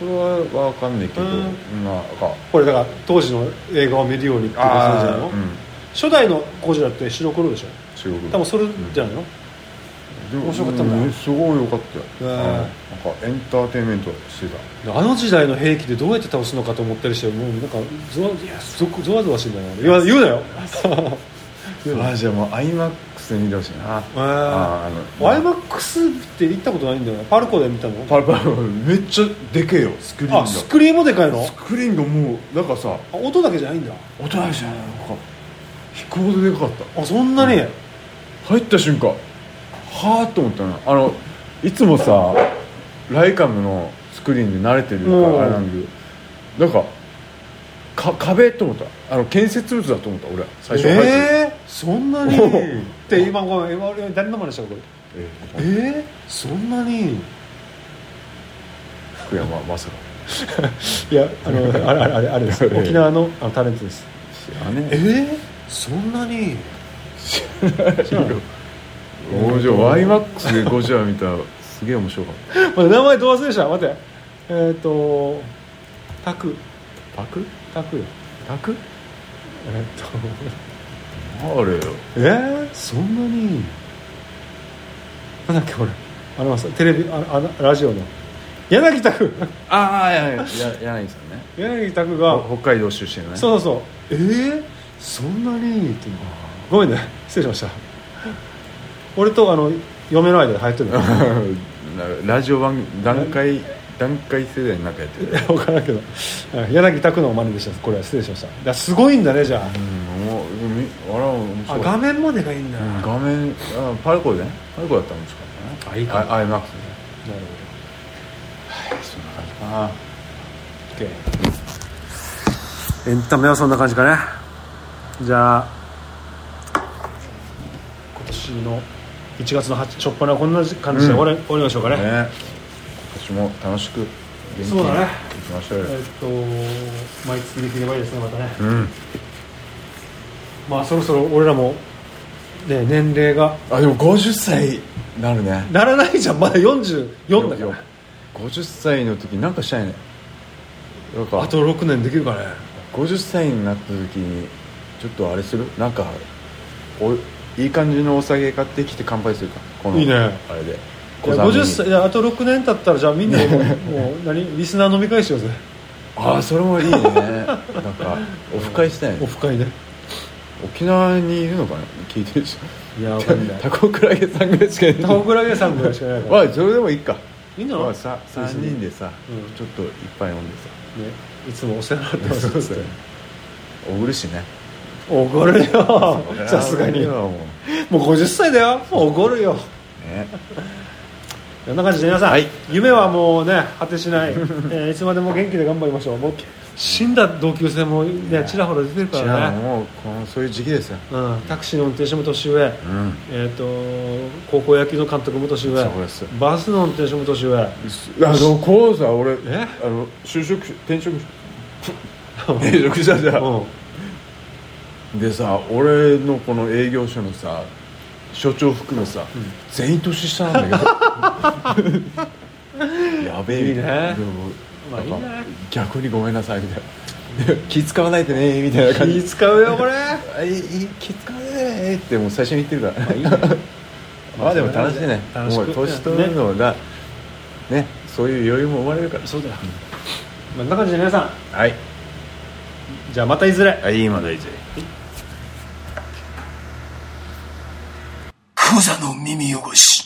Speaker 2: これは分かんないけど
Speaker 3: うん
Speaker 2: まあか
Speaker 3: これだから当時の映画を見るようにっていう感じじゃないの、
Speaker 2: うん
Speaker 3: 初代のゴジラって白黒でしょ
Speaker 2: 中国
Speaker 3: 多分それじゃないの、
Speaker 2: でも
Speaker 3: 面白かったんだ
Speaker 2: うすごい良かったよ
Speaker 3: へ
Speaker 2: う
Speaker 3: ー
Speaker 2: んなんかエンターテインメントしてた
Speaker 3: あの時代の兵器でどうやって倒すのかと思ったりしてもうなんかゾワいやゾクゾワゾワしてんだよね言わ言うな よ言うなよ
Speaker 2: あじゃあもう IMAX で見てほしいな
Speaker 3: えー
Speaker 2: あー
Speaker 3: ワイマックスって行ったことないんだよねパルコで見たの
Speaker 2: パルパルめっちゃでけえよスクリーンが
Speaker 3: あスクリーンもでかいの
Speaker 2: スクリーンがもうなんかさ
Speaker 3: あ音だけじゃないんだ
Speaker 2: 大人じゃないなんか飛行ででかかった
Speaker 3: あそんなに、
Speaker 2: 入った瞬間はあと思ったなあのいつもさライカムのスクリーンで慣れてるか
Speaker 3: うん
Speaker 2: らあれなんだけどなんかか壁と思ったあの建設物だと思った俺は最初入ってる
Speaker 3: えー、そんなに
Speaker 2: おお
Speaker 3: って今ごめん今俺誰の真似したこれ
Speaker 2: え
Speaker 3: えー、そんなに
Speaker 2: 福山雅治
Speaker 3: いやあのあれあれあれあれです
Speaker 2: ええ
Speaker 3: 沖縄のあのタレントです
Speaker 2: あね
Speaker 3: えー、そんなに知らない
Speaker 2: 面白いワイマックスでゴジラ見たらすげえ面白かった
Speaker 3: 待って名前どう忘れした待ってえっ、ー、とタク
Speaker 2: パク
Speaker 3: タクよ
Speaker 2: パク
Speaker 3: えっ、と
Speaker 2: あれよ
Speaker 3: えー、そんなになんだっけこれあのテレビああのラジオの柳田君
Speaker 2: ああや柳さんね
Speaker 3: 柳田君が
Speaker 2: 北海道出身のね
Speaker 3: そうそうそうえー、そんなにっていうのごめんね失礼しました俺とあの嫁の間で流行 ってるのい
Speaker 2: ラジオ番組段階段階世代なんかやってる
Speaker 3: や分からんけどはい柳拓の真似でしたこれは失礼しましただからすごいんだねじゃ
Speaker 2: うんもうみあら面
Speaker 3: あ,、
Speaker 2: 白い
Speaker 3: 画面もでかいんだ、
Speaker 2: うん
Speaker 3: なる
Speaker 2: 画面あパルコでねパルコだったら面白かったね
Speaker 3: あいいかも
Speaker 2: あアイマックスね
Speaker 3: ほ
Speaker 2: そんな感じかな
Speaker 3: ど OK エンタメはそんな感じかねじゃあ今年の1月の初初っ端はこんな感じで終わり,、終わりましょうかね
Speaker 2: ね今年も楽しく元気
Speaker 3: そうだね
Speaker 2: いきましょう
Speaker 3: え
Speaker 2: よ、
Speaker 3: っと毎月できればいいですねまたね
Speaker 2: うん
Speaker 3: まあそろそろ俺らもね年齢が
Speaker 2: あでも50歳なるね
Speaker 3: ならないじゃんまだ44だから
Speaker 2: 50歳の時なんかしたいねなんか
Speaker 3: あと6年できるかね
Speaker 2: 50歳になった時にちょっとあれするなんかおいい感じのお酒買ってきて乾杯するかこの
Speaker 3: いいね
Speaker 2: あれで小ざめに
Speaker 3: 50歳いやあと6年経ったらじゃあみんな ももう何リスナー飲み会しようぜ
Speaker 2: ああそれもいいねなんかオフ会したい
Speaker 3: オ
Speaker 2: ね
Speaker 3: フ会ね
Speaker 2: 沖縄にいるのかな聞いてるし
Speaker 3: いやわかんない
Speaker 2: タコクラゲさんぐらいしかいな
Speaker 3: タ
Speaker 2: い
Speaker 3: オクラゲさんぐらいしかいないから
Speaker 2: まあそれでもいいか
Speaker 3: いいんじゃない
Speaker 2: まあさ3人でさ、
Speaker 3: うん
Speaker 2: ちょっと一杯飲んでさ
Speaker 3: ねいつもお世話になってます
Speaker 2: そうそうおごるしね
Speaker 3: おごるよ さすがに
Speaker 2: おごる
Speaker 3: も
Speaker 2: よもう
Speaker 3: う50歳だよおごるよ
Speaker 2: ね
Speaker 3: こんな感じで皆さん、
Speaker 2: はい
Speaker 3: 夢はもうね果てしない、え ーいつまでも元気で頑張りましょうもう死んだ同級生もねちらほら出てるか
Speaker 2: 違う
Speaker 3: らね、
Speaker 2: もうこのそういう時期ですよ
Speaker 3: うん、タクシーの運転手も年上、
Speaker 2: うん
Speaker 3: えー、と高校野球の監督も年上
Speaker 2: そうです
Speaker 3: バスの運転手も年 上
Speaker 2: あのこうさ俺
Speaker 3: え
Speaker 2: あの就職し転 職し転職したじゃん
Speaker 3: う
Speaker 2: でさ俺のこの営業所のさ所長含めさ、全員年下なんだ けどやべえ
Speaker 3: いいね
Speaker 2: みたいなでも
Speaker 3: まあ
Speaker 2: なんか
Speaker 3: いいね
Speaker 2: 逆にごめんなさいみたいな気使わないでねみたいな感
Speaker 3: ん気
Speaker 2: じ
Speaker 3: 使うよこれ
Speaker 2: あいいいい気使わないでねってもう最初に言ってるからまあでも楽しいね
Speaker 3: 楽し
Speaker 2: も
Speaker 3: く
Speaker 2: う年取るのがねそういう余裕も生まれるから
Speaker 3: そうだよ、まあ、こんな感じで皆さん
Speaker 2: はい
Speaker 3: じゃあまたいずれ
Speaker 2: はい今大事
Speaker 1: クザの耳汚し